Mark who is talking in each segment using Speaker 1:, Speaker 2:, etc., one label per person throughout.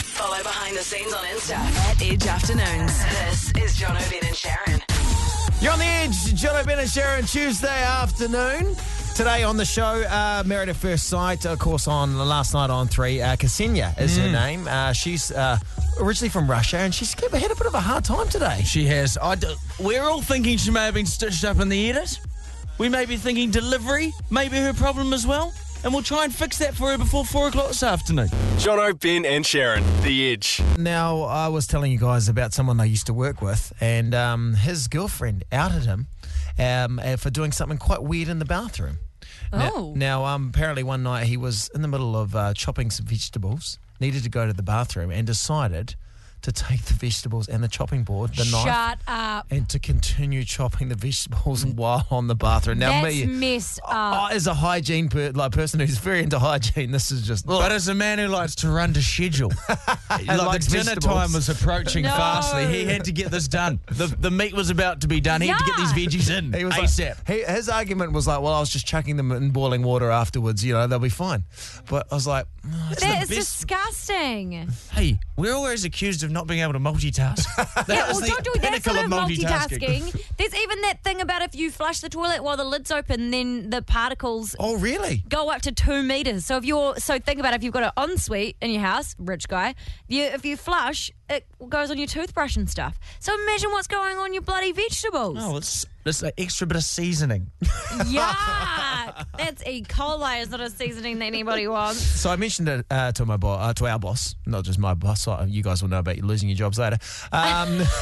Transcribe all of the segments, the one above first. Speaker 1: follow behind the scenes on Insta at Edge Afternoons. This is John O'Brien and Sharon.
Speaker 2: You're on the edge, Jono Ben and Sharon, Tuesday afternoon. Today on the show, uh, Married at First Sight, of course, on last night on three. Uh, Ksenia is her name. Uh, she's uh, originally from Russia and she's had a bit of a hard time today.
Speaker 3: She has. I d- we're all thinking she may have been stitched up in the edit. We may be thinking delivery, maybe her problem as well. And we'll try and fix that for her before four o'clock this afternoon.
Speaker 4: Jono, Ben, and Sharon, The Edge.
Speaker 2: Now, I was telling you guys about someone I used to work with, and um, his girlfriend outed him um, uh, for doing something quite weird in the bathroom.
Speaker 5: Oh.
Speaker 2: Now, now um, apparently, one night he was in the middle of uh, chopping some vegetables, needed to go to the bathroom, and decided to take the vegetables and the chopping board, the knife,
Speaker 5: Shut up.
Speaker 2: and to continue chopping the vegetables while on the bathroom. Now,
Speaker 5: That's
Speaker 2: me.
Speaker 3: Oh,
Speaker 5: messed
Speaker 2: I-
Speaker 5: up.
Speaker 2: as a hygiene per- like person who's very into hygiene, this is just
Speaker 3: But as a man who likes to run to schedule, like
Speaker 2: likes
Speaker 3: the dinner
Speaker 2: vegetables.
Speaker 3: time was approaching
Speaker 5: No.
Speaker 3: fastly, he had to get this done. The, the meat was about to be done. He had to get these veggies in
Speaker 2: He was like-
Speaker 3: ASAP.
Speaker 2: he- his argument was like, "Well, I was just chucking them in boiling water afterwards. You know, they'll be fine." But I was like, "Mm, it's
Speaker 5: that uh, is
Speaker 3: best-
Speaker 5: disgusting.
Speaker 3: hey, we're always accused of not being able to multitask. That
Speaker 5: Yeah,
Speaker 3: is
Speaker 5: well,
Speaker 3: the
Speaker 5: don't do that
Speaker 3: pinnacle
Speaker 5: sort of multitasking. There's even that thing about if you flush the toilet while the lid's open, then the particles
Speaker 2: oh, really?"
Speaker 5: go up to two meters. So if you're so think about it, if you've got an ensuite in your house, rich guy, you, if you flush, it goes on your toothbrush and stuff. So imagine what's going on your bloody vegetables.
Speaker 3: Oh, it's, it's an extra bit of seasoning.
Speaker 5: Yuck! That's E. coli is not a seasoning that anybody wants.
Speaker 2: So I mentioned it uh, to my bo- uh, to our boss, not just my boss. uh, You guys will know about you losing your jobs later. Um,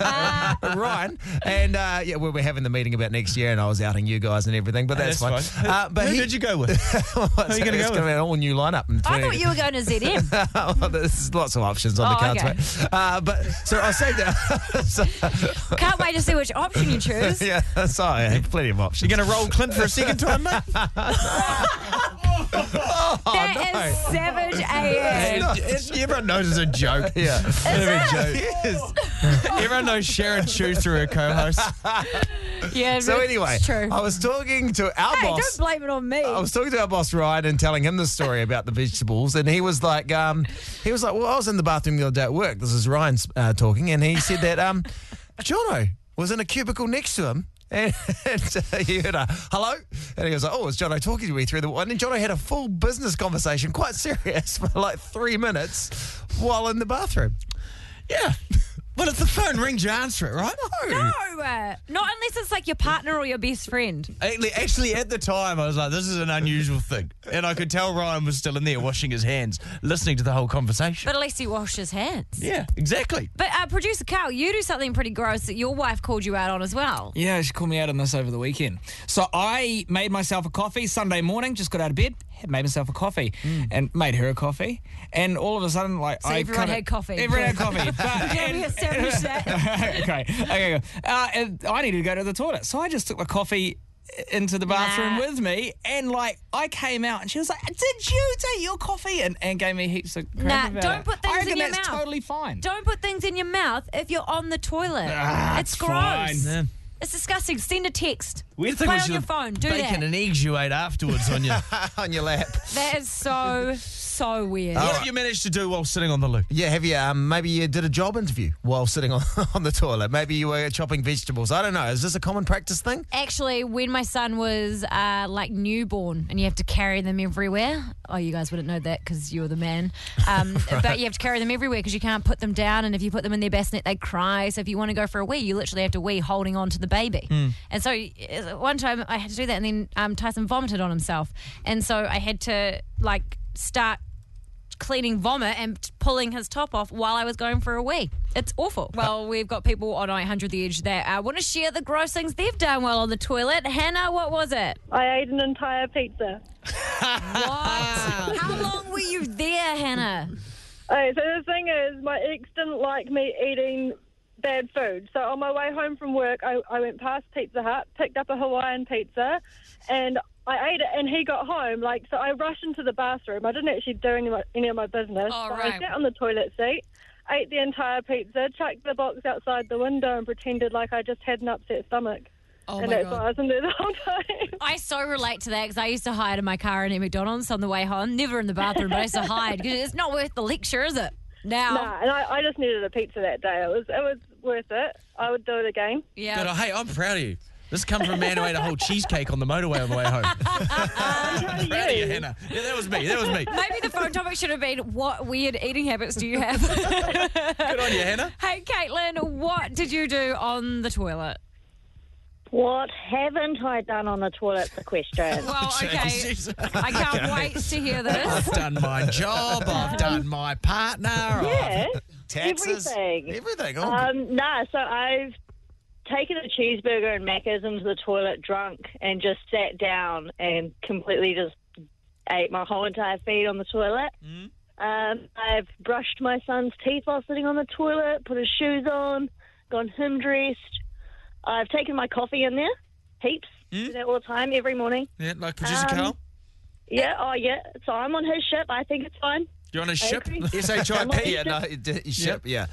Speaker 2: Ryan and uh, yeah, we were having the meeting about next year, and I was outing you guys and everything. But that's, fine. Uh, but
Speaker 3: Who
Speaker 2: he,
Speaker 3: did you go with?
Speaker 2: Who
Speaker 3: are you gonna
Speaker 2: it's
Speaker 3: go
Speaker 2: gonna be
Speaker 3: with?
Speaker 2: an all new lineup. in
Speaker 5: I
Speaker 2: 20
Speaker 5: thought you were going to ZM.
Speaker 2: Oh, There's lots of options on the
Speaker 5: Oh,
Speaker 2: cards,
Speaker 5: okay.
Speaker 2: mate. Uh, but so I say that. so,
Speaker 5: Can't wait to see which option you choose.
Speaker 2: yeah, so I have plenty of options.
Speaker 3: You're going to roll Clint for a second time, mate?
Speaker 5: That is savage AF.
Speaker 3: everyone knows it's a joke.
Speaker 2: yeah.
Speaker 3: Yes. Everyone knows Sharon chews through her co-host.
Speaker 5: Yeah,
Speaker 2: So anyway,
Speaker 5: it's true.
Speaker 2: I was talking to our
Speaker 5: hey,
Speaker 2: boss.
Speaker 5: don't blame it on me.
Speaker 2: I was talking to our boss Ryan and telling him the story about the vegetables, and he was like, um, he was like, well, I was in the bathroom the other day at work. This is Ryan uh, talking, and he said that um, Jono was in a cubicle next to him. And uh, he heard a hello, and he was like, "Oh, it's Jono talking to me through the one." And Jono had a full business conversation, quite serious, for like three minutes, while in the bathroom.
Speaker 3: Yeah. But if the phone rings, you answer it, right?
Speaker 5: no, uh, not unless it's like your partner or your best friend.
Speaker 3: Actually, actually, at the time, I was like, this is an unusual thing. And I could tell Ryan was still in there washing his hands, listening to the whole conversation.
Speaker 5: But at least he washed his hands.
Speaker 3: yeah, exactly.
Speaker 5: But uh, producer Carl, you do something pretty gross that your wife called you out on as well.
Speaker 6: Yeah, she called me out on this over the weekend. So I made myself a coffee Sunday morning, just got out of bed, had made myself a coffee and made her a coffee. And all of a sudden, like, I
Speaker 5: Mm. everyone
Speaker 6: kinda-
Speaker 5: had coffee.
Speaker 6: Everyone had coffee. But,
Speaker 5: Yeah, we established that.
Speaker 6: okay, okay, go. Uh, and I needed to go to the toilet. So I just took my coffee into the bathroom
Speaker 5: Nah.
Speaker 6: with me and like I came out and she was like, Did you take your coffee? And, and gave me heaps of crap
Speaker 5: Nah,
Speaker 6: about
Speaker 5: don't
Speaker 6: it.
Speaker 5: put
Speaker 6: I
Speaker 5: things in
Speaker 6: reckon
Speaker 5: your
Speaker 6: that's
Speaker 5: mouth.
Speaker 6: totally fine.
Speaker 5: Don't put things in your mouth if you're on the toilet. it's gross.
Speaker 6: fine.
Speaker 3: Yeah.
Speaker 5: It's disgusting. Send a text.
Speaker 3: Weird
Speaker 5: Play on your phone. Do
Speaker 3: bacon
Speaker 5: that.
Speaker 3: and eggs you ate afterwards on your...
Speaker 2: on your lap.
Speaker 5: That is so so weird.
Speaker 3: what have you managed to do while sitting on the loo?
Speaker 2: Yeah, have you? Um, maybe you did a job interview while sitting on, on the toilet. Maybe you were chopping vegetables. I don't know. Is this a common practice thing?
Speaker 5: Actually, when my son was uh, like newborn and you have to carry them everywhere. Oh, you guys wouldn't know that because you're the man. Um, But you have to carry them everywhere because you can't put them down. And if you put them in their bassinet, they cry. So if you want to go for a wee, you literally have to wee holding on to the baby. And so uh, one time I had to do that, and then um, Tyson vomited on himself. And so I had to like start cleaning vomit and t- pulling his top off while I was going for a wee. It's awful. Well, we've got people on 800 The Edge that uh, want to share the gross things they've done while on the toilet. Hannah, what was it?
Speaker 7: I ate an entire pizza.
Speaker 5: What? How long were you there, Hannah?
Speaker 7: Okay, so the thing is, my ex didn't like me eating bad food. So on my way home from work, I, I went past Pizza Hut, picked up a Hawaiian pizza, and I ate it. And he got home, like so. I rushed into the bathroom. I didn't actually do any of my, any of my business.
Speaker 5: Oh,
Speaker 7: but I
Speaker 5: right.
Speaker 7: sat on the toilet seat, ate the entire pizza, chucked the box outside the window, and pretended like I just had an upset stomach.
Speaker 5: Oh,
Speaker 7: and that's why I was in there the whole time.
Speaker 5: I so relate to that because I used to hide in my car and at McDonald's on the way home. Never in the bathroom, but I used to hide 'cause it's not worth the lecture, is it? Now,
Speaker 7: Nah, and I, I just needed a pizza that day. It was it was worth it. I would do it again.
Speaker 3: Good.
Speaker 5: yeah,
Speaker 3: oh, Hey, I'm proud of you. This comes from a man who ate a whole cheesecake on the motorway on the way home. proud of you, Hannah. Yeah, that was me. That was me.
Speaker 5: maybe the phone topic should have been what weird eating habits do you have?
Speaker 3: Good on you, Hannah.
Speaker 5: Hey, Caitlin, what did you do on the toilet?
Speaker 8: What haven't I done on the toilet's the question.
Speaker 5: Well, okay.
Speaker 3: Jesus.
Speaker 5: I can't wait to hear this.
Speaker 3: I've done my job. I've done my partner. I've-
Speaker 8: yeah.
Speaker 2: Taxes.
Speaker 8: Everything.
Speaker 2: Everything. Oh,
Speaker 8: Um, nah, so I've taken a cheeseburger and Macca's into the toilet drunk and just sat down and completely just ate my whole entire feed on the toilet. Um, I've brushed my son's teeth while sitting on the toilet, put his shoes on, gone him dressed. I've taken my coffee in there, heaps, do that all the time, every morning.
Speaker 3: Yeah, like producer
Speaker 5: Um,
Speaker 3: Carl.
Speaker 8: Yeah, oh yeah. So I'm on his ship. I think it's fine.
Speaker 3: You're on a ship.
Speaker 8: agree.
Speaker 2: SHIP,
Speaker 8: Am I
Speaker 2: yeah, no, d- ship, yeah.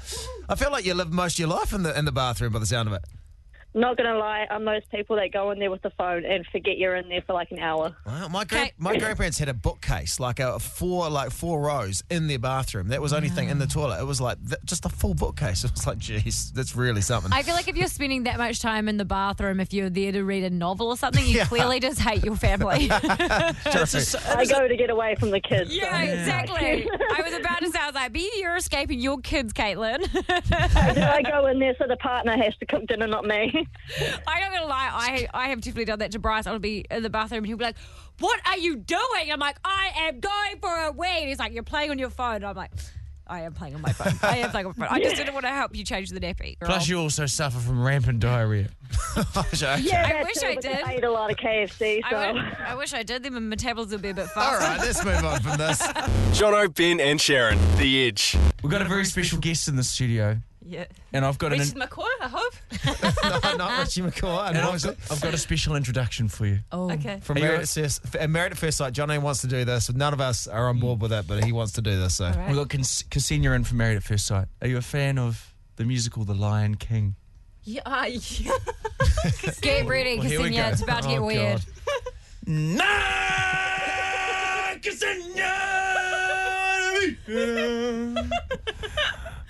Speaker 2: I feel like you live most of your life in the in the bathroom by the sound of it.
Speaker 8: Not gonna lie, I'm those people that go in there with the phone and forget you're in there for like an hour.
Speaker 2: Wow, my gran-
Speaker 5: Okay.
Speaker 2: my grandparents had a bookcase, like a four like four rows in their bathroom. That was the only thing
Speaker 5: Mm.
Speaker 2: in the toilet. It was like th- just a full bookcase. It was like, geez, that's really something.
Speaker 5: I feel like if you're spending that much time in the bathroom, if you're there to read a novel or something, you
Speaker 2: Yeah.
Speaker 5: clearly just hate your family.
Speaker 3: It's a, so-
Speaker 8: I go to get away from the kids.
Speaker 5: yeah, exactly. I was about to say, I was like, B, you're escaping your kids, Caitlin.
Speaker 8: So I go in there so the partner has to cook dinner, not me.
Speaker 5: I'm not going to lie, I, I have definitely done that to Bryce. I'll be in the bathroom and he'll be like, What are you doing? I'm like, I am going for a wee. And he's like, You're playing on your phone. And I'm like, I am playing on my phone. I am playing on my phone. I just didn't want to help you change the nappy. Girl.
Speaker 3: plus, you also suffer from rampant diarrhea.
Speaker 8: Yeah,
Speaker 5: I
Speaker 8: that's
Speaker 5: wish
Speaker 8: it,
Speaker 5: I
Speaker 8: because
Speaker 5: did.
Speaker 8: I ate a lot of KFC, so
Speaker 5: I, would- I wish I did. Then my metabolism would be a bit faster.
Speaker 2: All right, let's move on from this.
Speaker 4: Jono, Ben, and Sharon, The Edge.
Speaker 3: We've got a very special guest in the studio,
Speaker 5: Yeah.
Speaker 3: and I've got an.
Speaker 5: Richard McCoy, I hope.
Speaker 2: no, not Richie McCaw.
Speaker 3: and I've got, I've got a special introduction for you.
Speaker 5: Oh. Okay.
Speaker 2: From
Speaker 3: Are you
Speaker 2: Married
Speaker 3: right?
Speaker 2: at, First, F- uh, Married at First Sight, Johnny wants to do this. None of us are on board with it, but he wants to do this. So
Speaker 5: right.
Speaker 3: We've got Cas- Ksenia in from Married at First Sight. Are you a fan of the musical The Lion King?
Speaker 9: Yeah, I- yeah.
Speaker 5: Get ready,
Speaker 3: Well, here we
Speaker 5: Ksenia.
Speaker 3: go.
Speaker 5: It's about to get
Speaker 3: Oh,
Speaker 5: weird.
Speaker 3: God. No, Ksenia!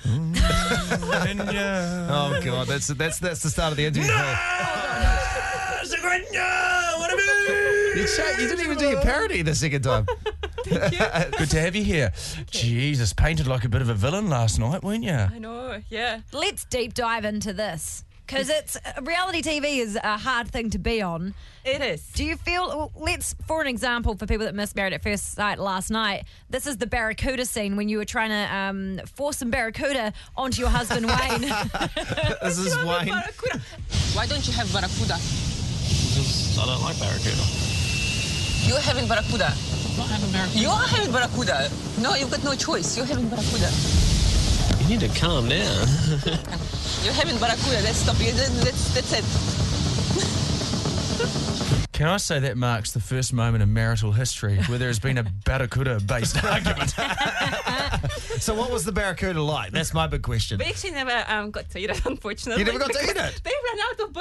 Speaker 3: Ksenia.
Speaker 2: Oh god, that's that's that's the start of the interview. You, cha- you didn't even do your parody the second time.
Speaker 3: Good to have you here. Jesus, painted like a bit of a villain last night, weren't you?
Speaker 9: I know. Yeah.
Speaker 5: Let's deep dive into this. Because it's uh, reality TV is a hard thing to be on.
Speaker 9: It is.
Speaker 5: Do you feel? well, Let's, for an example, for people that missed Married at First Sight last night, this is the barracuda scene when you were trying to um, force some barracuda onto your husband Wayne.
Speaker 2: This is Wayne.
Speaker 9: Barracuda. Why don't you have barracuda?
Speaker 10: I don't like barracuda.
Speaker 9: You're having barracuda.
Speaker 10: I'm not having barracuda.
Speaker 9: You are having barracuda. No, you've got no choice. You're having barracuda.
Speaker 10: You need to calm down.
Speaker 9: You're having barracuda. Let's stop. you. That- That's, that's it.
Speaker 3: Can I say that marks the first moment in marital history where there has been a barracuda based argument?
Speaker 2: So what was the barracuda like? That's my big question.
Speaker 9: We actually never um, got to eat it, unfortunately.
Speaker 2: You never got to
Speaker 9: because
Speaker 2: eat it?
Speaker 9: They ran out of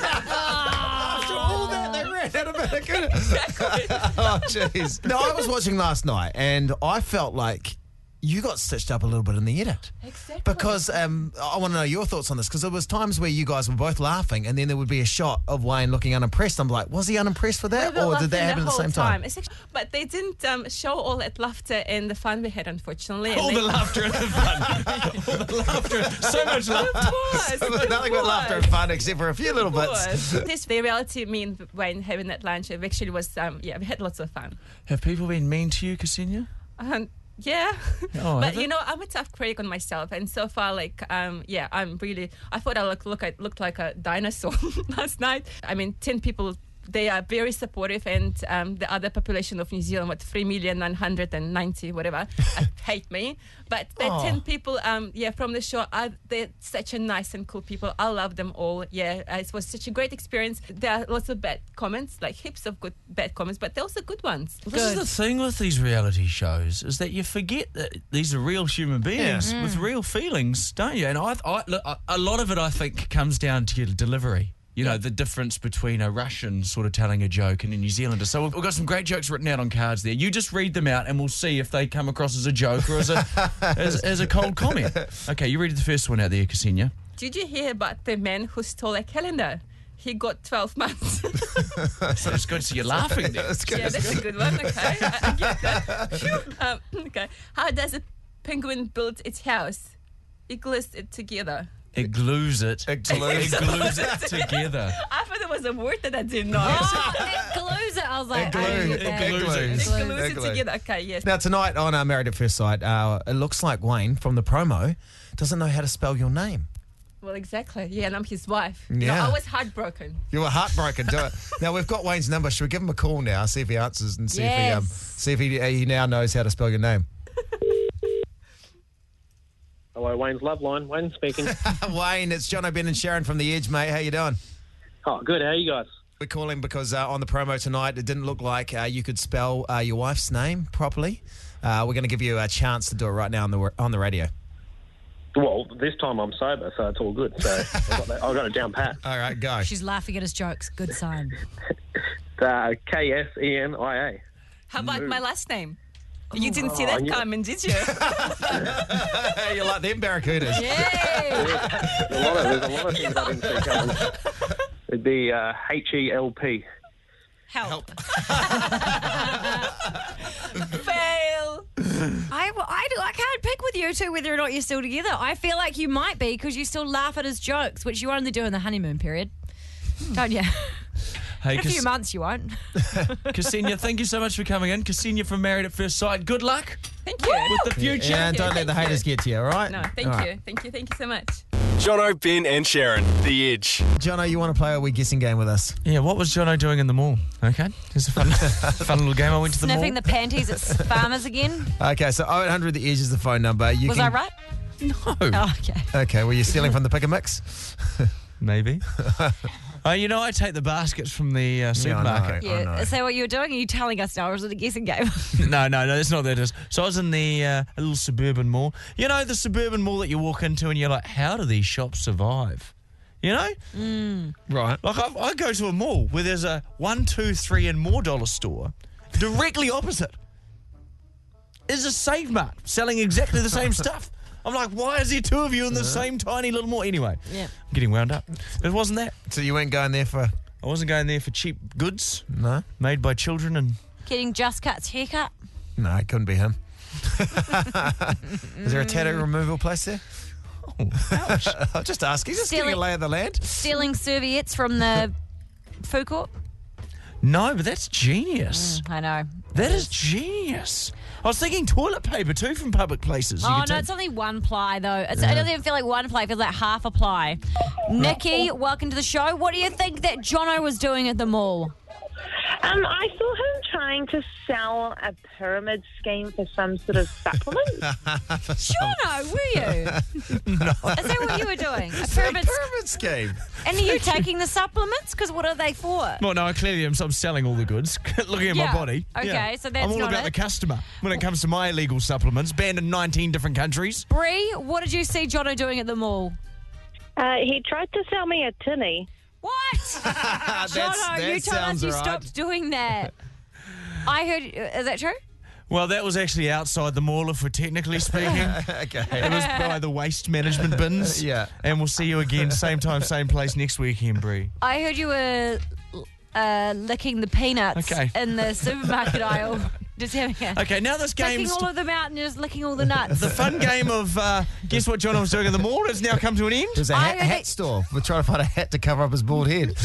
Speaker 9: barracuda.
Speaker 2: After all that, they ran out of barracuda. oh jeez. No, I was watching last night, and I felt like. You got stitched up a little bit in the edit.
Speaker 9: Exactly.
Speaker 2: Because um, I want to know your thoughts on this because there was times where you guys were both laughing and then there would be a shot of Wayne looking unimpressed. I'm like, was he unimpressed with that
Speaker 9: We were
Speaker 2: or did that
Speaker 9: laughing
Speaker 2: happen at the
Speaker 9: whole
Speaker 2: same time?
Speaker 9: It's actu- but they didn't um, show all that laughter and the fun we had, unfortunately. And
Speaker 3: All
Speaker 9: they-
Speaker 3: the laughter and the fun. All the laughter. So much laughter.
Speaker 9: Of course, of
Speaker 2: Nothing but laughter and
Speaker 9: course,
Speaker 2: fun except for a few little
Speaker 9: of
Speaker 2: bits.
Speaker 9: course. this the reality me and Wayne having that lunch it actually was um yeah we had lots of fun
Speaker 3: Have people been mean to you, Ksenia?
Speaker 9: um, yeah
Speaker 3: Oh, have
Speaker 9: but
Speaker 3: they?
Speaker 9: you know I'm a tough critic on myself and so far like um yeah I'm really I thought I look look I looked like a dinosaur last night I mean ten people they are very supportive and um, the other population of New Zealand what three million nine hundred and ninety whatever uh, hate me but the
Speaker 2: Aw.
Speaker 9: 10 people um yeah from the show are they're such a nice and cool people i love them all yeah uh, it was such a great experience there are lots of bad comments like heaps of good bad comments but there are also good ones
Speaker 3: This is the thing with these reality shows is that you forget that these are real human beings with real feelings, don't you? And I, I, look, I- a lot of it, I think, comes down to your delivery. you know, the difference between a Russian sort of telling a joke and a New Zealander. So we've, we've got some great jokes written out on cards there. You just read them out and we'll see if they come across as a joke or as a, as, as a cold comment. Okay, you read the first one out there, Ksenia.
Speaker 9: Did you hear about the man who stole a calendar? He got 12 months.
Speaker 3: So it's good to see you laughing there.
Speaker 9: yeah, that's a good one. Okay, I, I get that. Phew. Um, okay, how does a penguin build its house? It glues it together.
Speaker 3: It glues it. It
Speaker 2: glues
Speaker 3: it, glues it together.
Speaker 9: I thought it was a word that I didn't know.
Speaker 5: Oh, it glues it. I was like, I didn't
Speaker 2: Glue.
Speaker 5: get that.
Speaker 3: Glue.
Speaker 9: It
Speaker 2: It
Speaker 9: glues
Speaker 2: glues.
Speaker 9: it together. Okay, yes.
Speaker 2: Now tonight on uh, Married at First Sight, uh, it looks like Wayne from the promo doesn't know how to spell your name.
Speaker 9: Well, exactly. Yeah, and I'm his wife. No,
Speaker 2: Yeah.
Speaker 9: I was heartbroken.
Speaker 2: You were heartbroken. Do it now. We've got Wayne's number. Should we give him a call now? See if he answers and see if he um,
Speaker 5: Yes.
Speaker 2: see if he, he now knows how to spell your name.
Speaker 11: Hello, Wayne's Love Line. Wayne speaking.
Speaker 2: Wayne, it's John O'Ben and Sharon from the Edge, mate. How you doing?
Speaker 11: oh, good. How you guys?
Speaker 2: We're calling because uh, on the promo tonight, it didn't look like uh, you could spell uh, your wife's name properly. Uh, we're going to give you a chance to do it right now on the on the radio.
Speaker 11: Well, this time I'm sober, so it's all good. So I've got, that, I've got it down pat.
Speaker 2: All right, go.
Speaker 5: She's laughing at his jokes. Good sign.
Speaker 11: Uh, K S E N I A. Oh,
Speaker 9: How about my last name? You didn't see that
Speaker 11: yeah.
Speaker 9: coming, did you?
Speaker 2: you like them barracudas?
Speaker 5: Yay!
Speaker 11: There's a lot of, there's a lot of things I didn't see coming. It'd be H E L P.
Speaker 9: Help. Fail.
Speaker 5: I, I, I can't pick with you two whether or not you're still together. I feel like you might be because you still laugh at his jokes, which you only do in the honeymoon period. Don't you?
Speaker 3: Hey,
Speaker 5: In a
Speaker 3: Kas-
Speaker 5: few months, you won't.
Speaker 3: Ksenia, thank you so much for coming in. Ksenia from Married at First Sight. Good luck
Speaker 9: Thank you.
Speaker 3: with the future.
Speaker 2: And don't let
Speaker 9: Thank
Speaker 2: the haters get to you. All right?
Speaker 9: No, thank
Speaker 2: All right.
Speaker 9: you. Thank you. Thank you so much.
Speaker 4: Jono, Ben, and Sharon, The Edge.
Speaker 2: Jono, you want to play a wee guessing game with us?
Speaker 3: Yeah, what was Jono doing in the mall? Okay, it's a fun, fun little game. I went to the
Speaker 5: Sniffing
Speaker 3: mall.
Speaker 5: the panties at farmers again.
Speaker 2: Okay, so 0800 The Edge is the phone number. You
Speaker 5: Was
Speaker 2: can,
Speaker 5: I right?
Speaker 3: no,
Speaker 5: Oh, okay.
Speaker 2: Okay, well, you're stealing from the pick and mix?
Speaker 3: maybe. Oh, you know, I take the baskets from the
Speaker 2: Yeah,
Speaker 3: uh,
Speaker 2: I know.
Speaker 3: supermarket.
Speaker 2: I know.
Speaker 5: Yeah. Is that what you were doing? Are you telling us now, or is it a guessing game?
Speaker 3: No, no, no, that's not what it is. So I was in the uh, a little suburban mall. You know, the suburban mall that you walk into and you're like, how do these shops survive? You know?
Speaker 2: Right.
Speaker 3: Like, I, I go to a mall where there's a one, two, three, and more dollar store directly opposite. Is a Save Mart selling exactly the same stuff. I'm like, why is there two of you in the same tiny little mall? Anyway,
Speaker 5: Uh-huh. Yeah.
Speaker 3: I'm getting wound up. It wasn't that.
Speaker 2: So you weren't going there for.
Speaker 3: I wasn't going there for cheap goods
Speaker 2: No?
Speaker 3: made by children and
Speaker 5: Getting just cuts haircut.
Speaker 2: No, it couldn't be him. is there a
Speaker 5: Mm.
Speaker 2: tattoo removal place there? I'll just ask. He's just getting
Speaker 5: Stealing-
Speaker 2: a lay of the land.
Speaker 5: Stealing serviettes from the food court.
Speaker 3: No, but that's genius.
Speaker 5: I know.
Speaker 3: That is genius. I was thinking toilet paper too from public places. You
Speaker 5: Oh
Speaker 3: could
Speaker 5: no,
Speaker 3: take-
Speaker 5: it's only one ply though. It's, It doesn't even feel like one ply. It feels like half a ply. Nikki, welcome to the show. What do you think that Jono was doing at the mall?
Speaker 12: Um, I saw him trying to sell a pyramid scheme for some sort of supplement.
Speaker 5: Jono, were you? no. Is that what you were doing? A pyramid.
Speaker 2: Pyramid scheme.
Speaker 5: And are you taking the supplements? Because what are they for?
Speaker 3: Well, no, I clearly am. I'm selling all the goods. Looking at
Speaker 5: Yeah.
Speaker 3: my body.
Speaker 5: Okay, so that's
Speaker 3: I'm all
Speaker 5: not
Speaker 3: about
Speaker 5: it.
Speaker 3: the customer when it comes to my illegal supplements, banned in 19 different countries.
Speaker 5: Bree, what did you see Jono doing at the mall?
Speaker 12: Uh, he tried to sell me a tinny.
Speaker 5: What?
Speaker 2: Ah,
Speaker 5: Jono, you told us you stopped doing that. I heard. uh, Is that true?
Speaker 3: Well, that was actually outside the mall, if we're technically speaking.
Speaker 2: okay.
Speaker 3: It was by the waste management bins.
Speaker 2: Yeah.
Speaker 3: And we'll see you again, same time, same place next weekend, Brie.
Speaker 5: I heard you were uh, licking the peanuts
Speaker 3: Okay.
Speaker 5: in the supermarket aisle. Just having a.
Speaker 3: Okay, now this
Speaker 5: Taking
Speaker 3: game's.
Speaker 5: all of them out and just licking all the nuts.
Speaker 3: the fun game of uh, guess what John was doing in the mall has now come to an end.
Speaker 2: There's a
Speaker 5: I
Speaker 2: hat,
Speaker 5: heard
Speaker 2: hat
Speaker 5: it-
Speaker 2: store. We're trying to find a hat to cover up his bald head.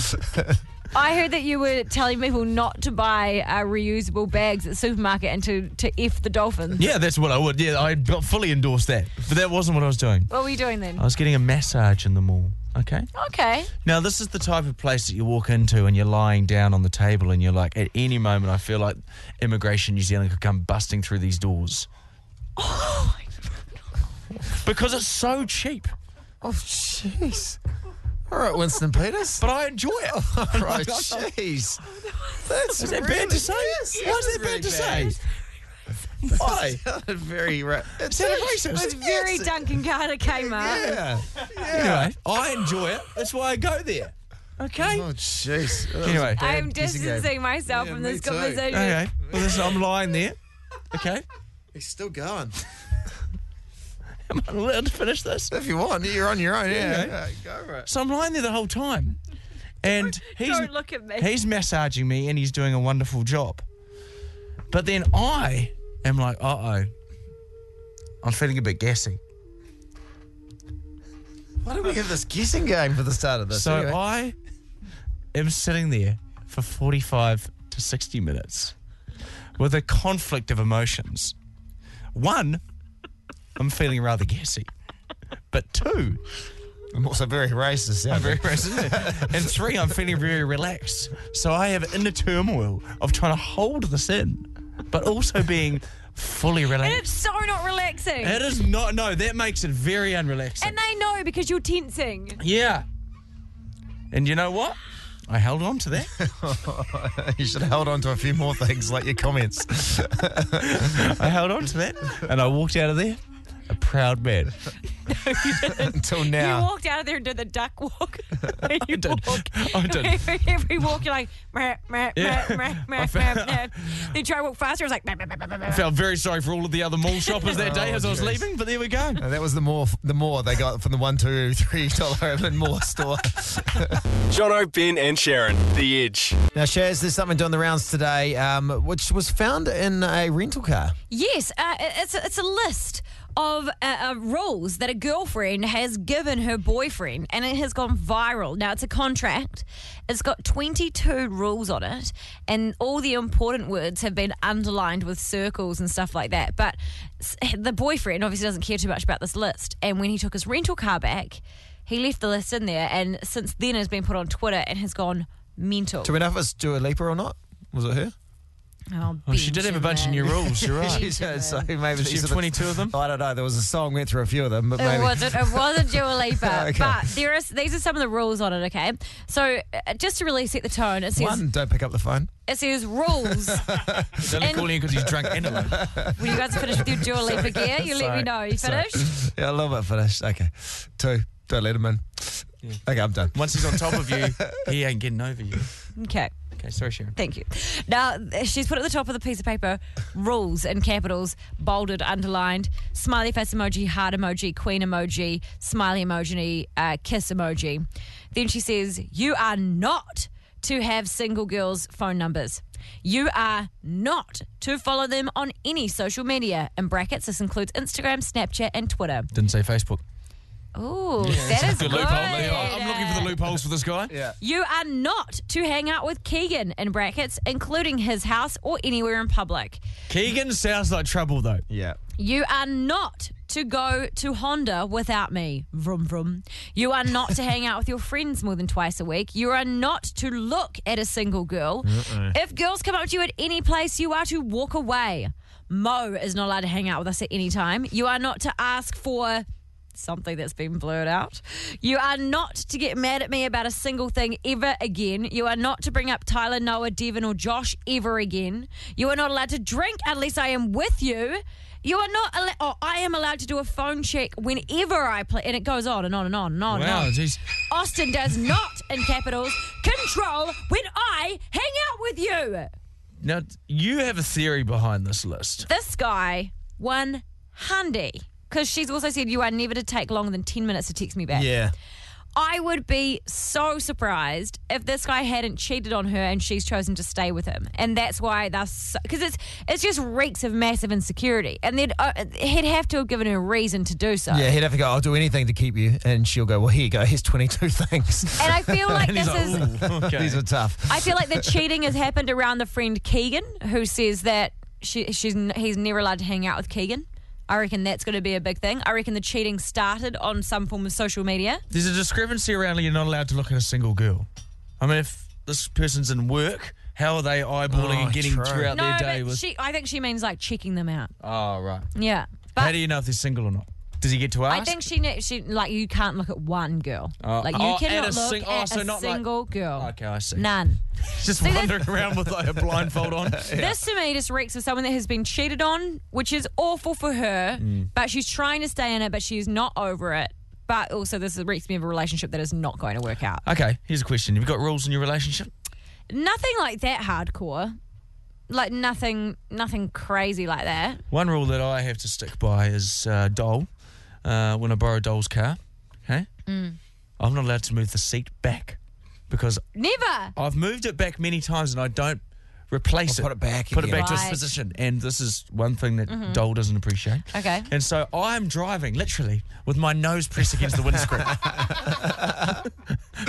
Speaker 5: I heard that you were telling people not to buy uh, reusable bags at the supermarket and to, to F the dolphins.
Speaker 3: Yeah, that's what I would. Yeah, I b- fully endorse that. But that wasn't what I was doing.
Speaker 5: What were you doing then?
Speaker 3: I
Speaker 2: Uh,
Speaker 3: was getting a massage in the mall. Okay.
Speaker 5: Okay.
Speaker 3: Now, this is the type of place that you walk into and you're lying down on the table and you're like, at any moment, I feel like immigration New Zealand could come busting through these doors. because it's so cheap.
Speaker 2: oh, jeez. All right, Winston Peters.
Speaker 3: But I enjoy it.
Speaker 2: Right, jeez. That's
Speaker 3: Is that bad to say?
Speaker 2: Yes,
Speaker 3: Why is that bad to say? Why?
Speaker 2: very ra- It's
Speaker 3: that racist?
Speaker 5: It's very Duncan Carter Kmart.
Speaker 2: Yeah.
Speaker 3: Anyway, I enjoy it. That's why I go there.
Speaker 9: Okay.
Speaker 2: Oh, jeez.
Speaker 3: Anyway.
Speaker 5: I'm distancing myself
Speaker 2: Yeah,
Speaker 5: from
Speaker 2: me
Speaker 5: this
Speaker 2: too.
Speaker 5: conversation.
Speaker 3: Okay. Well, listen, I'm lying there. Okay.
Speaker 2: He's still going.
Speaker 3: Am I allowed to finish this?
Speaker 2: If you want, you're on your own. Yeah.
Speaker 3: Okay.
Speaker 2: go for it.
Speaker 3: So I'm lying there the whole time. And he's
Speaker 9: Don't look at me.
Speaker 3: he's massaging me and he's doing a wonderful job. But then I am like, uh oh. I'm feeling a bit gassy.
Speaker 2: Why do we have this guessing game for the start of this?
Speaker 3: So
Speaker 2: anyway?
Speaker 3: I am sitting there for 45 to 60 minutes with a conflict of emotions. One, I'm feeling rather gassy. But two,
Speaker 2: I'm also very racist.
Speaker 3: I'm
Speaker 2: aren't I?
Speaker 3: very present. and three, I'm feeling very relaxed. So I have inner turmoil of trying to hold this in, but also being fully
Speaker 5: And it's
Speaker 3: relaxed.
Speaker 5: so not relaxing.
Speaker 3: It is not, no, that makes it very unrelaxing.
Speaker 5: And they know because you're tensing.
Speaker 3: yeah. And you know what? I held on to that.
Speaker 2: you should have held on to a few more things, like your comments.
Speaker 3: I held on to that and I walked out of there a proud man.
Speaker 2: Until
Speaker 5: You
Speaker 2: now.
Speaker 5: walked out of there and did the duck walk. you
Speaker 3: did.
Speaker 5: Walk.
Speaker 3: I did.
Speaker 5: Every, every walk, you're like, meh, meh,
Speaker 3: Yeah.
Speaker 5: meh, meh, meh,
Speaker 3: I
Speaker 5: meh,
Speaker 3: felt-
Speaker 5: meh. Then you try to walk faster, it's like, meh, meh, meh, meh, meh,
Speaker 3: I
Speaker 5: meh.
Speaker 3: felt very sorry for all of the other mall shoppers that day
Speaker 2: Oh,
Speaker 3: as I was
Speaker 2: jeez.
Speaker 3: leaving, but there we go.
Speaker 2: And that was the more the more they got from the one, two, three dollar and more store.
Speaker 4: Jono, Ben, and Sharon, The Edge.
Speaker 2: now, Shaz, there's something doing the rounds today, um, which was found in a rental car.
Speaker 5: Yes, uh, it- it's, a, it's a list of uh, uh, rules that a girlfriend has given her boyfriend, and it has gone viral. Now, it's a contract, it's got 22 rules on it, and all the important words have been underlined with circles and stuff like that. But s- the boyfriend obviously doesn't care too much about this list, and when he took his rental car back, he left the list in there, and since then has been put on Twitter and has gone mental.
Speaker 2: Do we know if it's Dua Lipa or not? Was it her?
Speaker 5: Oh,
Speaker 3: Well, she did have a bunch of new
Speaker 5: Benjamin.
Speaker 3: rules, you're right.
Speaker 5: Oh,
Speaker 2: She's- uh, so maybe
Speaker 3: She
Speaker 2: she's
Speaker 3: had
Speaker 2: a bit-
Speaker 3: 22 of them.
Speaker 2: I don't know. There was a song went through a few of them, but maybe
Speaker 5: It wasn't. It wasn't Dua Lipa.
Speaker 2: Okay.
Speaker 5: But there is. These are some of the rules on it. Okay. So uh, just to really set the tone, it says
Speaker 2: one. Don't pick up the phone.
Speaker 5: it says rules.
Speaker 3: Don't
Speaker 5: And-
Speaker 3: call in because he's drunk and alone.
Speaker 5: when you guys are finished with your Dua Lipa gear, you let
Speaker 2: Sorry.
Speaker 5: me know. You
Speaker 2: Sorry.
Speaker 5: finished?
Speaker 2: Yeah, a little bit finished. Okay, two. Don't let him in. Okay, I'm done.
Speaker 3: Once he's on top of you, he ain't getting over you.
Speaker 5: Okay.
Speaker 3: Okay, sorry, Sharon.
Speaker 5: Thank you. Now th- she's put at the top of the piece of paper rules in capitals, bolded, underlined, smiley face emoji, heart emoji, queen emoji, smiley emoji, uh, kiss emoji. Then she says, "You are not to have single girls' phone numbers. You are not to follow them on any social media." In brackets, this includes Instagram, Snapchat, and Twitter.
Speaker 3: Didn't say Facebook.
Speaker 5: Ooh, that is good.
Speaker 3: I'm looking for the loopholes for this guy. Yeah.
Speaker 5: You are not to hang out with Keegan in brackets, including his house or anywhere in public.
Speaker 3: Keegan sounds like trouble, though.
Speaker 2: Yeah.
Speaker 5: You are not to go to Honda without me. Vroom vroom. You are not to hang out with your friends more than twice a week. You are not to look at a single girl. If girls come up to you at any place, you are to walk away. Mo is not allowed to hang out with us at any time. You are not to ask for something that's been blurred out. You are not to get mad at me about a single thing ever again. You are not to bring up Tyler, Noah, Devon, or Josh ever again. You are not allowed to drink unless I am with you. You are not. Al- oh, I am allowed to do a phone check whenever I play, and it goes on and on and on and on. and
Speaker 3: Wow,
Speaker 5: on.
Speaker 3: jeez.
Speaker 5: Austin does not, in capitals, control when I hang out with you.
Speaker 3: Now, you have a theory behind this list.
Speaker 5: This guy won handy because she's also said you are never to take longer than ten minutes to text me back.
Speaker 2: Yeah.
Speaker 5: I would be so surprised if this guy hadn't cheated on her and she's chosen to stay with him, and that's why they're because it's it's just reeks of massive insecurity, and then uh, he'd have to have given her a reason to do so.
Speaker 2: Yeah, he'd have to go, I'll do anything to keep you. And she'll go, Well, here you go. Here's 22 things.
Speaker 5: And I feel like
Speaker 3: And he's
Speaker 5: this
Speaker 3: like,
Speaker 5: is
Speaker 3: "Ooh, Oh, okay.
Speaker 2: These are tough.
Speaker 5: I feel like the cheating has happened around the friend Keegan, who says that she, she's n- he's never allowed to hang out with Keegan. I reckon that's going to be a big thing. I reckon the cheating started on some form of social media.
Speaker 3: There's a discrepancy around you're not allowed to look at a single girl. I mean, if this person's in work, how are they eyeballing
Speaker 2: Oh,
Speaker 3: and getting
Speaker 2: true.
Speaker 3: throughout
Speaker 5: No,
Speaker 3: their day
Speaker 5: but
Speaker 3: with?
Speaker 5: she, I think she means like checking them out.
Speaker 3: oh right.
Speaker 5: Yeah,
Speaker 3: how
Speaker 5: but
Speaker 3: do you know if they're single or not? Does he get to ask?
Speaker 5: I think she ne- she like you can't look at one girl.
Speaker 3: Oh,
Speaker 5: like you
Speaker 3: oh, at
Speaker 5: cannot
Speaker 3: a
Speaker 5: look
Speaker 3: sing- oh,
Speaker 5: at
Speaker 3: so
Speaker 5: a
Speaker 3: not like-
Speaker 5: single girl.
Speaker 3: Oh, Okay, I see.
Speaker 5: None.
Speaker 3: Just
Speaker 5: See,
Speaker 3: wandering around with like a blindfold on.
Speaker 5: This to me just reeks of someone that has been cheated on, which is awful for her, but she's trying to stay in it, but she's not over it. But also, this reeks me of a relationship that is not going to work out.
Speaker 3: Okay, here's a question. Have you got rules in your relationship?
Speaker 5: Nothing like that hardcore. Like nothing, nothing crazy like that.
Speaker 3: One rule that I have to stick by is uh, Dole. Uh, when I borrow Dole's car, okay,
Speaker 5: Mm.
Speaker 3: I'm not allowed to move the seat back because
Speaker 5: Never.
Speaker 3: I've moved it back many times and I don't replace
Speaker 2: Or
Speaker 3: it.
Speaker 2: put it back
Speaker 3: Put
Speaker 2: again.
Speaker 3: it back to
Speaker 2: Right.
Speaker 3: its position. And this is one thing that
Speaker 2: Mhm.
Speaker 3: Dole doesn't appreciate.
Speaker 5: Mm-hmm. Okay.
Speaker 3: And so I'm driving, literally, with my nose pressed against the windscreen.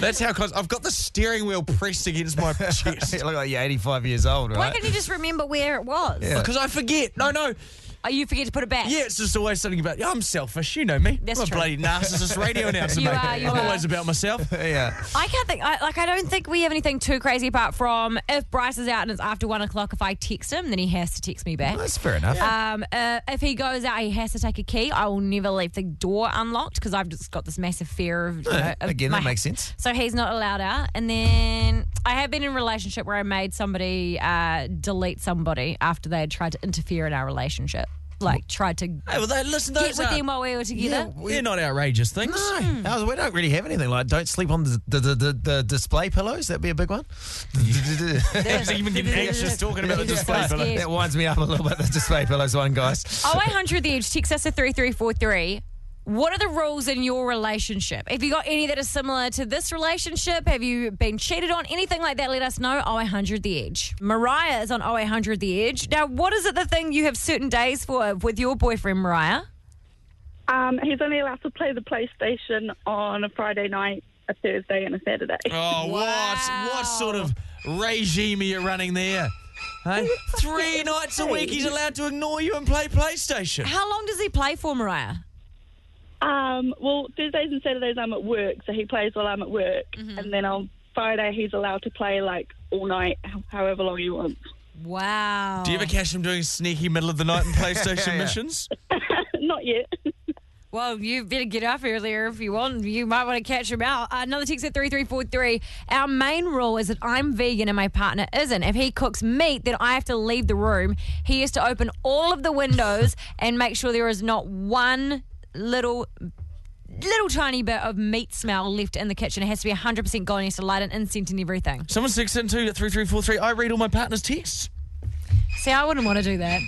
Speaker 3: That's how close. I've got the steering wheel pressed against my chest.
Speaker 2: you look like you're 85 years old,
Speaker 5: Why
Speaker 2: right?
Speaker 5: can't you just remember where it was?
Speaker 3: Yeah. Because I forget. No, no.
Speaker 5: Oh, you forget to put it back.
Speaker 3: Yeah, it's just always something about. I'm selfish, you know me.
Speaker 5: That's
Speaker 3: I'm a
Speaker 5: true.
Speaker 3: bloody narcissist radio announcer,
Speaker 5: You
Speaker 3: mate.
Speaker 5: are, you
Speaker 3: I'm
Speaker 5: are.
Speaker 3: always about myself.
Speaker 2: yeah.
Speaker 5: I can't think. I, like, I don't think we have anything too crazy apart from if Bryce is out and it's after one o'clock. If I text him, then he has to text me back.
Speaker 2: That's fair enough.
Speaker 5: Um, uh, if he goes out, he has to take a key. I will never leave the door unlocked because I've just got this massive fear of. you
Speaker 2: Yeah,
Speaker 5: know, of
Speaker 2: Uh, again,
Speaker 5: uh, my-
Speaker 2: that makes sense.
Speaker 5: So he's not allowed out. And then I have been in a relationship where I made somebody uh, delete somebody after they had tried to interfere in our relationship. Like, tried to
Speaker 3: well, they- listen,
Speaker 5: get
Speaker 3: those
Speaker 5: with
Speaker 2: uh,
Speaker 3: are-
Speaker 5: them while we were together.
Speaker 3: They're not outrageous things.
Speaker 2: No,
Speaker 5: Hmm.
Speaker 2: ours- we don't really have anything like don't sleep on the, the, the, the, the display pillows. That'd be a big one.
Speaker 3: He's even getting anxious talking about the display pillow.
Speaker 2: That winds me up a little bit, the display pillows one,
Speaker 5: Oh,
Speaker 2: guys.
Speaker 5: 0800 The Edge, text us at 3343. What are the rules in your relationship? Have you got any that are similar to this relationship? Have you been cheated on? Anything like that, let us know. 0800 The Edge. Mariah is on 0800 The Edge. Now, what is it the thing you have certain days for with your boyfriend, Mariah?
Speaker 12: Um, he's only allowed to play the PlayStation on a Friday night, a Thursday, and a Saturday.
Speaker 3: Oh, what? What sort of regime are you running there? Hey? Three nights a week, he's allowed to ignore you and play PlayStation.
Speaker 5: How long does he play for, Mariah?
Speaker 12: Um, well, Thursdays and Saturdays I'm at work, so he plays while I'm at work, and then on Friday he's allowed to play like all night, h- however long he wants.
Speaker 5: Wow.
Speaker 3: Do you ever catch him doing sneaky middle of the night and PlayStation
Speaker 12: Yeah.
Speaker 3: missions?
Speaker 12: Not yet.
Speaker 5: Well, you better get up earlier if you want. You might want to catch him out. Uh, Another text at 3343. Our main rule is that I'm vegan and my partner isn't. If he cooks meat, then I have to leave the room. He has to open all of the windows and make sure there is not one little little tiny bit of meat smell left in the kitchen. It has to be 100% gone. He has to light an incense and everything.
Speaker 3: Someone six into three three four three. I read all my partner's texts.
Speaker 5: See, I wouldn't want to do that.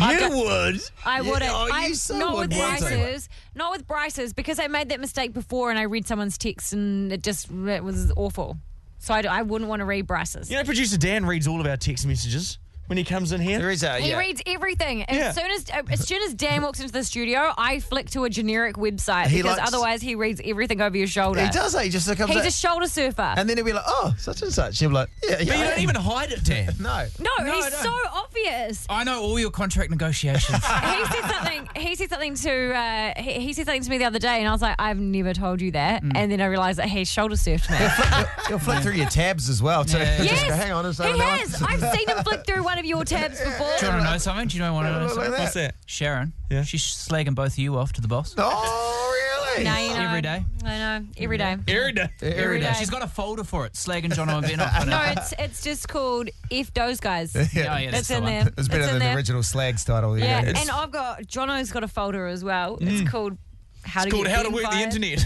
Speaker 3: You would.
Speaker 5: I
Speaker 3: Yeah,
Speaker 5: wouldn't.
Speaker 3: oh, you
Speaker 5: I,
Speaker 3: so
Speaker 5: not with
Speaker 3: would want to.
Speaker 5: Bryce's. Not with Bryce's because I made that mistake before and I read someone's text and it just it was awful. So I, d- I wouldn't want to read Bryce's.
Speaker 3: You know, producer Dan reads all of our text messages when he comes in here. There is
Speaker 5: He reads everything. As
Speaker 3: Yeah.
Speaker 5: soon as as soon as Dan walks into the studio, I flick to a generic website
Speaker 2: He
Speaker 5: because
Speaker 2: likes-
Speaker 5: otherwise he reads everything over your shoulder.
Speaker 2: He does, eh? He just comes
Speaker 5: He's
Speaker 2: up-
Speaker 5: a shoulder surfer.
Speaker 2: And then he'll be like, oh, such and such. You'll be like, yeah,
Speaker 3: But
Speaker 2: yeah.
Speaker 3: you don't even hide it, Dan.
Speaker 2: No.
Speaker 5: no,
Speaker 6: No, I
Speaker 5: he's
Speaker 6: don't.
Speaker 5: so obvious.
Speaker 6: I know all your contract negotiations.
Speaker 5: he said something. He said something to. Uh, he, he said something to me the other day, and I was like, "I've never told you that." And then I realised that he shoulder surfed me.
Speaker 2: You'll flick through your tabs as well, too.
Speaker 6: Yeah.
Speaker 2: Just go,
Speaker 5: Yes,
Speaker 2: hang on. it's
Speaker 5: he
Speaker 2: over now."
Speaker 5: has. I've seen him flick through one of your tabs before.
Speaker 6: Do you want to know something? Do you know what I want to know
Speaker 2: Look at
Speaker 6: something?
Speaker 2: that. What's that?
Speaker 6: Sharon. Yeah. She's slagging both of you off to the boss.
Speaker 2: Oh, really?
Speaker 5: No, you know.
Speaker 6: Every day.
Speaker 5: I know. Every day.
Speaker 6: Every day.
Speaker 5: Every day.
Speaker 6: She's got a folder for it. Slagging John and Ben off.
Speaker 5: No, it's it's just called F those guys.
Speaker 6: Yeah, yeah, that's
Speaker 5: it's
Speaker 6: the
Speaker 5: in
Speaker 6: one.
Speaker 5: there.
Speaker 2: It's better
Speaker 5: in
Speaker 2: than the
Speaker 5: there.
Speaker 2: original Slags title.
Speaker 5: Yeah, and I've got Jono's got a folder as well. It's called How
Speaker 4: It's
Speaker 5: to
Speaker 4: called
Speaker 5: Get
Speaker 4: How to
Speaker 5: Ben
Speaker 4: Work the
Speaker 5: Fired.
Speaker 4: Internet.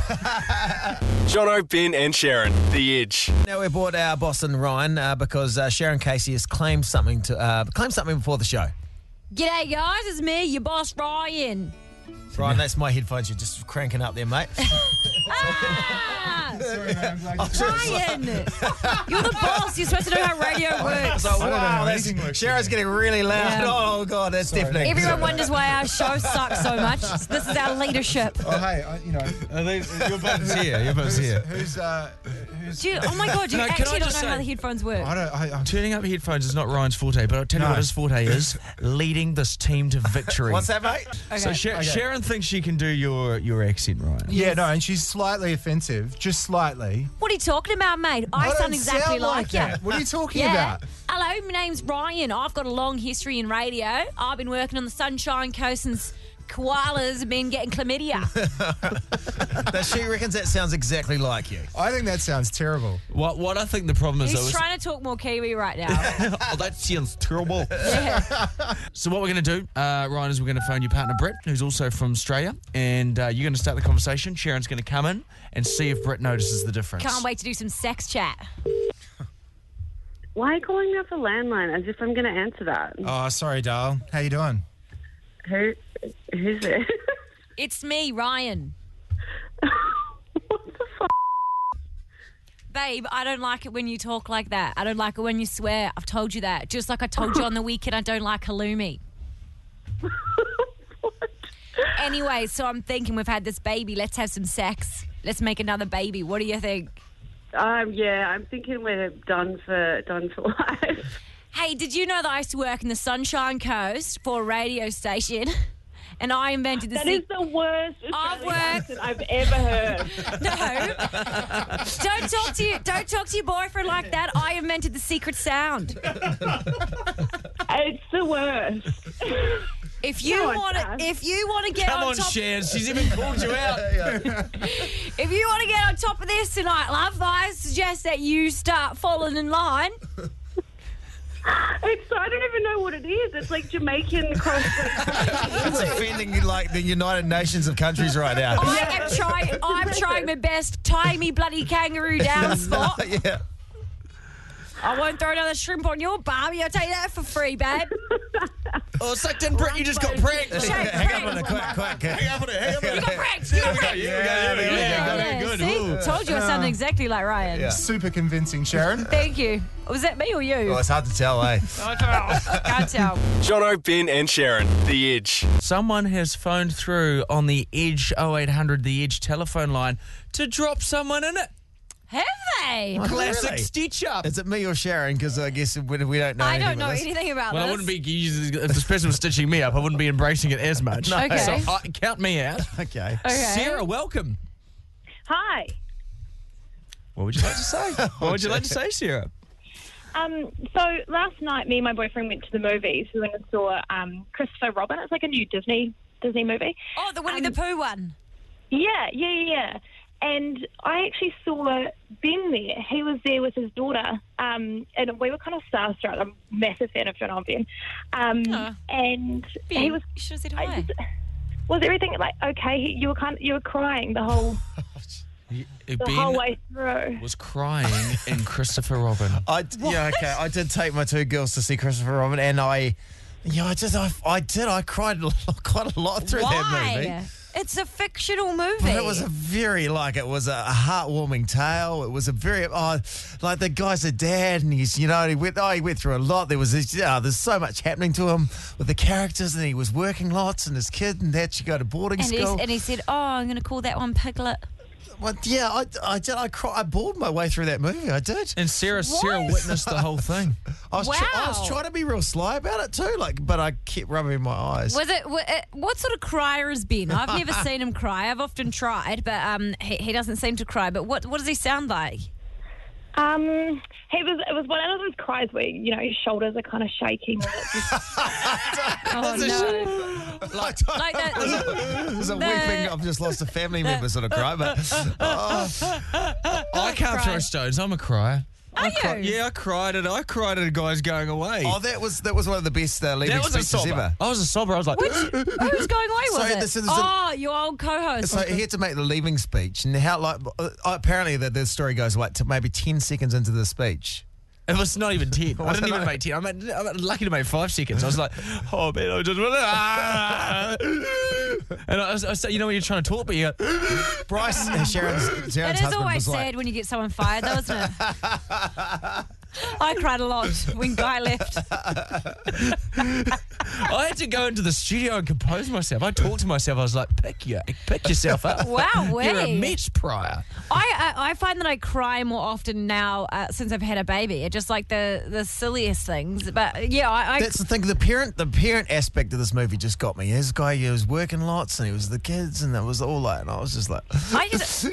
Speaker 4: Jono, Ben, and Sharon, The Edge.
Speaker 2: Now we brought our boss in Ryan uh, because uh, Sharon Casey has claimed something to uh, claimed something before the show.
Speaker 5: G'day guys, it's me, your boss Ryan.
Speaker 2: Ryan, that's my headphones. You're just cranking up there, mate.
Speaker 5: Ah! Ryan, you're the boss. You're supposed to know how radio works.
Speaker 2: So, wow, that's, Sharon's getting really loud.
Speaker 5: Yeah.
Speaker 2: Oh god, that's deafening.
Speaker 5: Everyone wonders why our show sucks so much. This is our leadership.
Speaker 13: Oh, hey, I, you know.
Speaker 2: your button's here, your button's
Speaker 13: who's,
Speaker 2: here.
Speaker 13: Who's, uh, who's.
Speaker 5: Do you, oh my god, you
Speaker 3: No, can I
Speaker 5: actually don't know
Speaker 3: just
Speaker 5: how
Speaker 3: say-
Speaker 5: the headphones work.
Speaker 13: I don't, I, I'm
Speaker 3: Turning up headphones is not Ryan's forte, but I'll tell you
Speaker 13: No.
Speaker 3: what his forte is leading this team to victory.
Speaker 2: What's that, mate?
Speaker 3: So Sha- Sharon thinks she can do your, your accent, Ryan.
Speaker 13: Yeah, no, and she's slightly offensive, just slightly.
Speaker 5: What are you talking about, mate? I,
Speaker 13: I
Speaker 5: sound
Speaker 13: don't
Speaker 5: exactly
Speaker 13: sound like
Speaker 5: like, you.
Speaker 13: that. What are you talking
Speaker 5: Yeah.
Speaker 13: about?
Speaker 5: Hello, my name's Ryan. I've got a long history in radio. I've been working on the Sunshine Coast since koalas have been getting chlamydia.
Speaker 2: That she reckons that sounds exactly like you.
Speaker 14: I think that sounds terrible.
Speaker 3: What what I think the problem is though
Speaker 5: He's
Speaker 3: is
Speaker 5: trying to talk more Kiwi right now.
Speaker 3: oh, that sounds terrible. so what we're going to do, uh, Ryan, is we're going to phone your partner Brett, who's also from Australia, and uh, you're going to start the conversation. Sharon's going to come in and see if Brett notices the difference.
Speaker 5: Can't wait to do some sex chat.
Speaker 15: Why are you calling me off a landline as if I'm going to answer that?
Speaker 14: Oh, sorry, Dale. How you doing?
Speaker 15: Who, who's it?
Speaker 5: It's me, Ryan. Babe, I don't like it when you talk like that. I don't like it when you swear. I've told you that. Just like I told you on the weekend, I don't like halloumi. Anyway, so I'm thinking we've had this baby. Let's have some sex. Let's make another baby. What do you think?
Speaker 15: um, yeah, I'm thinking we're done for done for life.
Speaker 5: Hey, did you know that I used to work in the Sunshine Coast for a radio station? And I invented the
Speaker 12: That
Speaker 5: se-
Speaker 12: is the worst
Speaker 5: I've
Speaker 12: Australian
Speaker 5: worked.
Speaker 12: accent I've ever heard.
Speaker 5: Don't talk to you. Don't talk to your boyfriend like that. I invented the secret sound.
Speaker 12: It's the worst.
Speaker 5: If you
Speaker 12: No, it's
Speaker 5: want to,
Speaker 12: us.
Speaker 5: if you want to get
Speaker 12: Come
Speaker 5: on,
Speaker 12: on,
Speaker 5: top,
Speaker 3: Sharon, she's even called you out.
Speaker 5: if you want to get on top of this tonight, love, I suggest that you start falling in line.
Speaker 15: It's I don't even know what it is. It's like Jamaican cross.
Speaker 2: It's offending like the United Nations of countries right now.
Speaker 5: I am trying. I'm trying my best. Tie me bloody kangaroo down, spot.
Speaker 2: yeah.
Speaker 5: I won't throw another shrimp on your barbie. I'll take that for free, babe.
Speaker 3: oh, sucked in, Brett. You just got pranked.
Speaker 2: Hang on a minute, quick, quick. Hang
Speaker 3: on a minute, hang on a minute.
Speaker 5: You got pranked.
Speaker 3: There we go, there we go, there we go,
Speaker 5: Yeah,
Speaker 3: there we go. Good.
Speaker 5: See,
Speaker 3: Ooh.
Speaker 5: told you I
Speaker 3: Oh.
Speaker 5: sounded exactly like Ryan.
Speaker 14: Super convincing, Sharon.
Speaker 5: Thank you. Was that me or you?
Speaker 2: Well, it's hard to tell, eh?
Speaker 5: Can't tell.
Speaker 4: Jono, Ben, and Sharon, The Edge.
Speaker 3: Someone has phoned through on the Edge 0800 The Edge telephone line to drop someone in it.
Speaker 5: Have they?
Speaker 3: Classic stitch up.
Speaker 2: Is it me or Sharon? Because I guess we, we don't know.
Speaker 5: I
Speaker 2: anything
Speaker 5: don't know
Speaker 2: about this.
Speaker 5: anything about
Speaker 3: Well, I
Speaker 5: this.
Speaker 3: wouldn't be if this person was stitching me up. I wouldn't be embracing it as much.
Speaker 5: No. Okay.
Speaker 3: So I, count me out.
Speaker 2: Okay.
Speaker 3: Sarah, welcome.
Speaker 12: Hi.
Speaker 3: What would you like to say? What would you like to say, Sarah?
Speaker 12: Um, so last night, me and my boyfriend went to the movies. We went and saw um, Christopher Robin. It's like a new Disney Disney movie.
Speaker 5: Oh, the
Speaker 12: Um,
Speaker 5: Winnie the Pooh one.
Speaker 12: Yeah, yeah, yeah, yeah. And I actually saw Ben there. He was there with his daughter, um, and we were kind of starstruck. I'm a massive fan of John and Ben. Um, and he
Speaker 5: Ben,
Speaker 12: was.
Speaker 5: you should have said
Speaker 12: I
Speaker 5: hi.
Speaker 12: just- was everything like okay? He, you were kind of, you were crying the whole
Speaker 3: Ben
Speaker 12: the whole way through.
Speaker 3: was crying in Christopher Robin.
Speaker 2: I d- yeah okay. I did take my two girls to see Christopher Robin, and I yeah I just I, I did I cried a lot- quite a lot through that movie.
Speaker 5: Why? It's a fictional movie.
Speaker 2: But it was a very like it was a heartwarming tale. It was a very oh, like the guy's a dad, and he's you know he went oh he went through a lot. There was this, oh, there's so much happening to him with the characters, and he was working lots, and his kid and that she go to boarding
Speaker 5: and,
Speaker 2: school.
Speaker 5: he's, and he said, "Oh, I'm going to call that one Piglet."
Speaker 2: Well, yeah, I, I did. I cry, I bored my way through that movie. I did.
Speaker 3: And Sarah, Sarah witnessed the whole thing.
Speaker 2: I was, try- I was
Speaker 5: Wow.
Speaker 2: trying to be real sly about it too, like, but I kept rubbing my eyes.
Speaker 5: Was it, wa- uh what sort of crier has Ben? I've never seen him cry. I've often tried, but um, he, he doesn't seem to cry. But what what does he sound like?
Speaker 12: Um, he was it was one of those cries where you know your shoulders are kind of shaking.
Speaker 5: Oh no!
Speaker 2: Like,
Speaker 5: Like that-
Speaker 2: there's a, there's a
Speaker 5: that-
Speaker 2: weeping. I've just lost a family member sort of cry, but oh,
Speaker 3: I can't throw stones. I'm a crier.
Speaker 5: Are
Speaker 3: Cri- Oh, yeah, I cried at I cried at a guy's going away.
Speaker 2: oh, that was that was one of the best uh, leaving
Speaker 3: that was a
Speaker 2: speeches
Speaker 3: sobber.
Speaker 2: ever.
Speaker 3: I was a sobber. I was like,
Speaker 5: Which, who's going away with
Speaker 2: So
Speaker 5: it?
Speaker 2: this is-
Speaker 5: oh, your old co-host.
Speaker 2: So he had to make the leaving speech, and how like uh, apparently the, the story goes like to maybe ten seconds into the speech.
Speaker 3: It was not even 10. I didn't
Speaker 2: it
Speaker 3: even
Speaker 2: not?
Speaker 3: make 10. I made, I made- lucky to make five seconds. I was like, oh, man, I just. Ah! And I was, I was, you know, when you're trying to talk, but you go,
Speaker 2: Bryce and Sharon's, Sharon's
Speaker 5: it is
Speaker 2: husband
Speaker 5: always
Speaker 2: was like,
Speaker 5: sad when you get someone fired, though, isn't it? I cried a lot when Guy left.
Speaker 3: I had to go into the studio and compose myself. I talked to myself. I was like, pick your, pick yourself up.
Speaker 5: Wow,
Speaker 3: You're a
Speaker 5: wee.
Speaker 3: mess, Prior.
Speaker 5: I, I I find that I cry more often now uh, since I've had a baby. It's just like the the silliest things. But yeah, I, I
Speaker 2: That's the thing. The parent, the parent aspect of this movie just got me. This guy, he was working lots, and he was the kids, and that was all that. And I was just like,
Speaker 5: I used,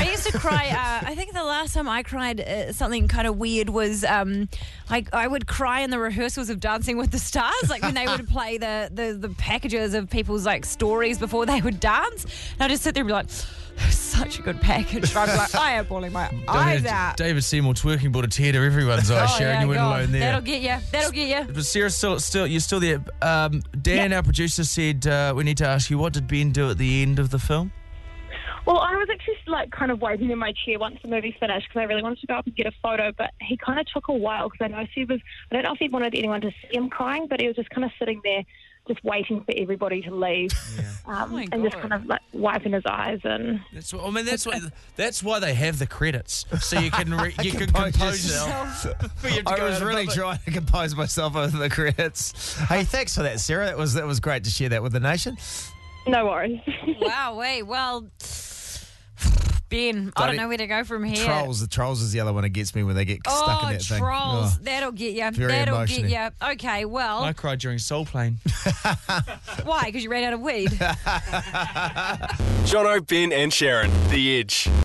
Speaker 5: I used to cry. Uh, I think the last time I cried uh, something kind of weird was um, like I would cry in the rehearsals of Dancing with the Stars, like when they would play the, the the packages of people's like stories before they would dance, and I just sit there and be like, such a good package. I'm like, I am bawling my eyes out.
Speaker 3: David Seymour twerking brought a tear to everyone's eye.
Speaker 5: Oh,
Speaker 3: Sharon,
Speaker 5: yeah,
Speaker 3: you went
Speaker 5: go on.
Speaker 3: alone there.
Speaker 5: That'll get you. That'll get you.
Speaker 3: But Sarah, still, still, you're still there. Um, Dan, our producer, said uh, we need to ask you what did Ben do at the end of the film?
Speaker 12: Well, I was actually like kind of waiting in my chair once the movie finished because I really wanted to go up and get a photo, but he kind of took a while because I noticed he was, I don't know if he wanted anyone to see him crying, but he was just kind of sitting there just waiting for everybody to leave um,
Speaker 5: my
Speaker 12: and just kind of like wiping his eyes and
Speaker 3: That's what, I mean. That's why. That's why they have the credits, so you can re, you can compose yourself. But you have to
Speaker 2: I
Speaker 3: go
Speaker 2: was
Speaker 3: out
Speaker 2: really
Speaker 3: above it.
Speaker 2: trying to compose myself over the credits. Hey, thanks for that, Sarah. That was that was great to share that with the nation.
Speaker 12: no worries.
Speaker 5: wow. Wait. Well, Ben, I don't
Speaker 2: Bloody
Speaker 3: e-
Speaker 5: know where to go from here.
Speaker 2: Trolls. The trolls is the other one that gets me when they get stuck
Speaker 5: Oh,
Speaker 2: in that thing. Oh.
Speaker 5: trolls. That'll get you.
Speaker 2: Very
Speaker 5: That'll
Speaker 2: emotional.
Speaker 5: get you. Okay, well,
Speaker 3: I cried during Soul Plane.
Speaker 5: why? Because you ran out of weed.
Speaker 4: Jono, Ben, and Sharon, The Edge.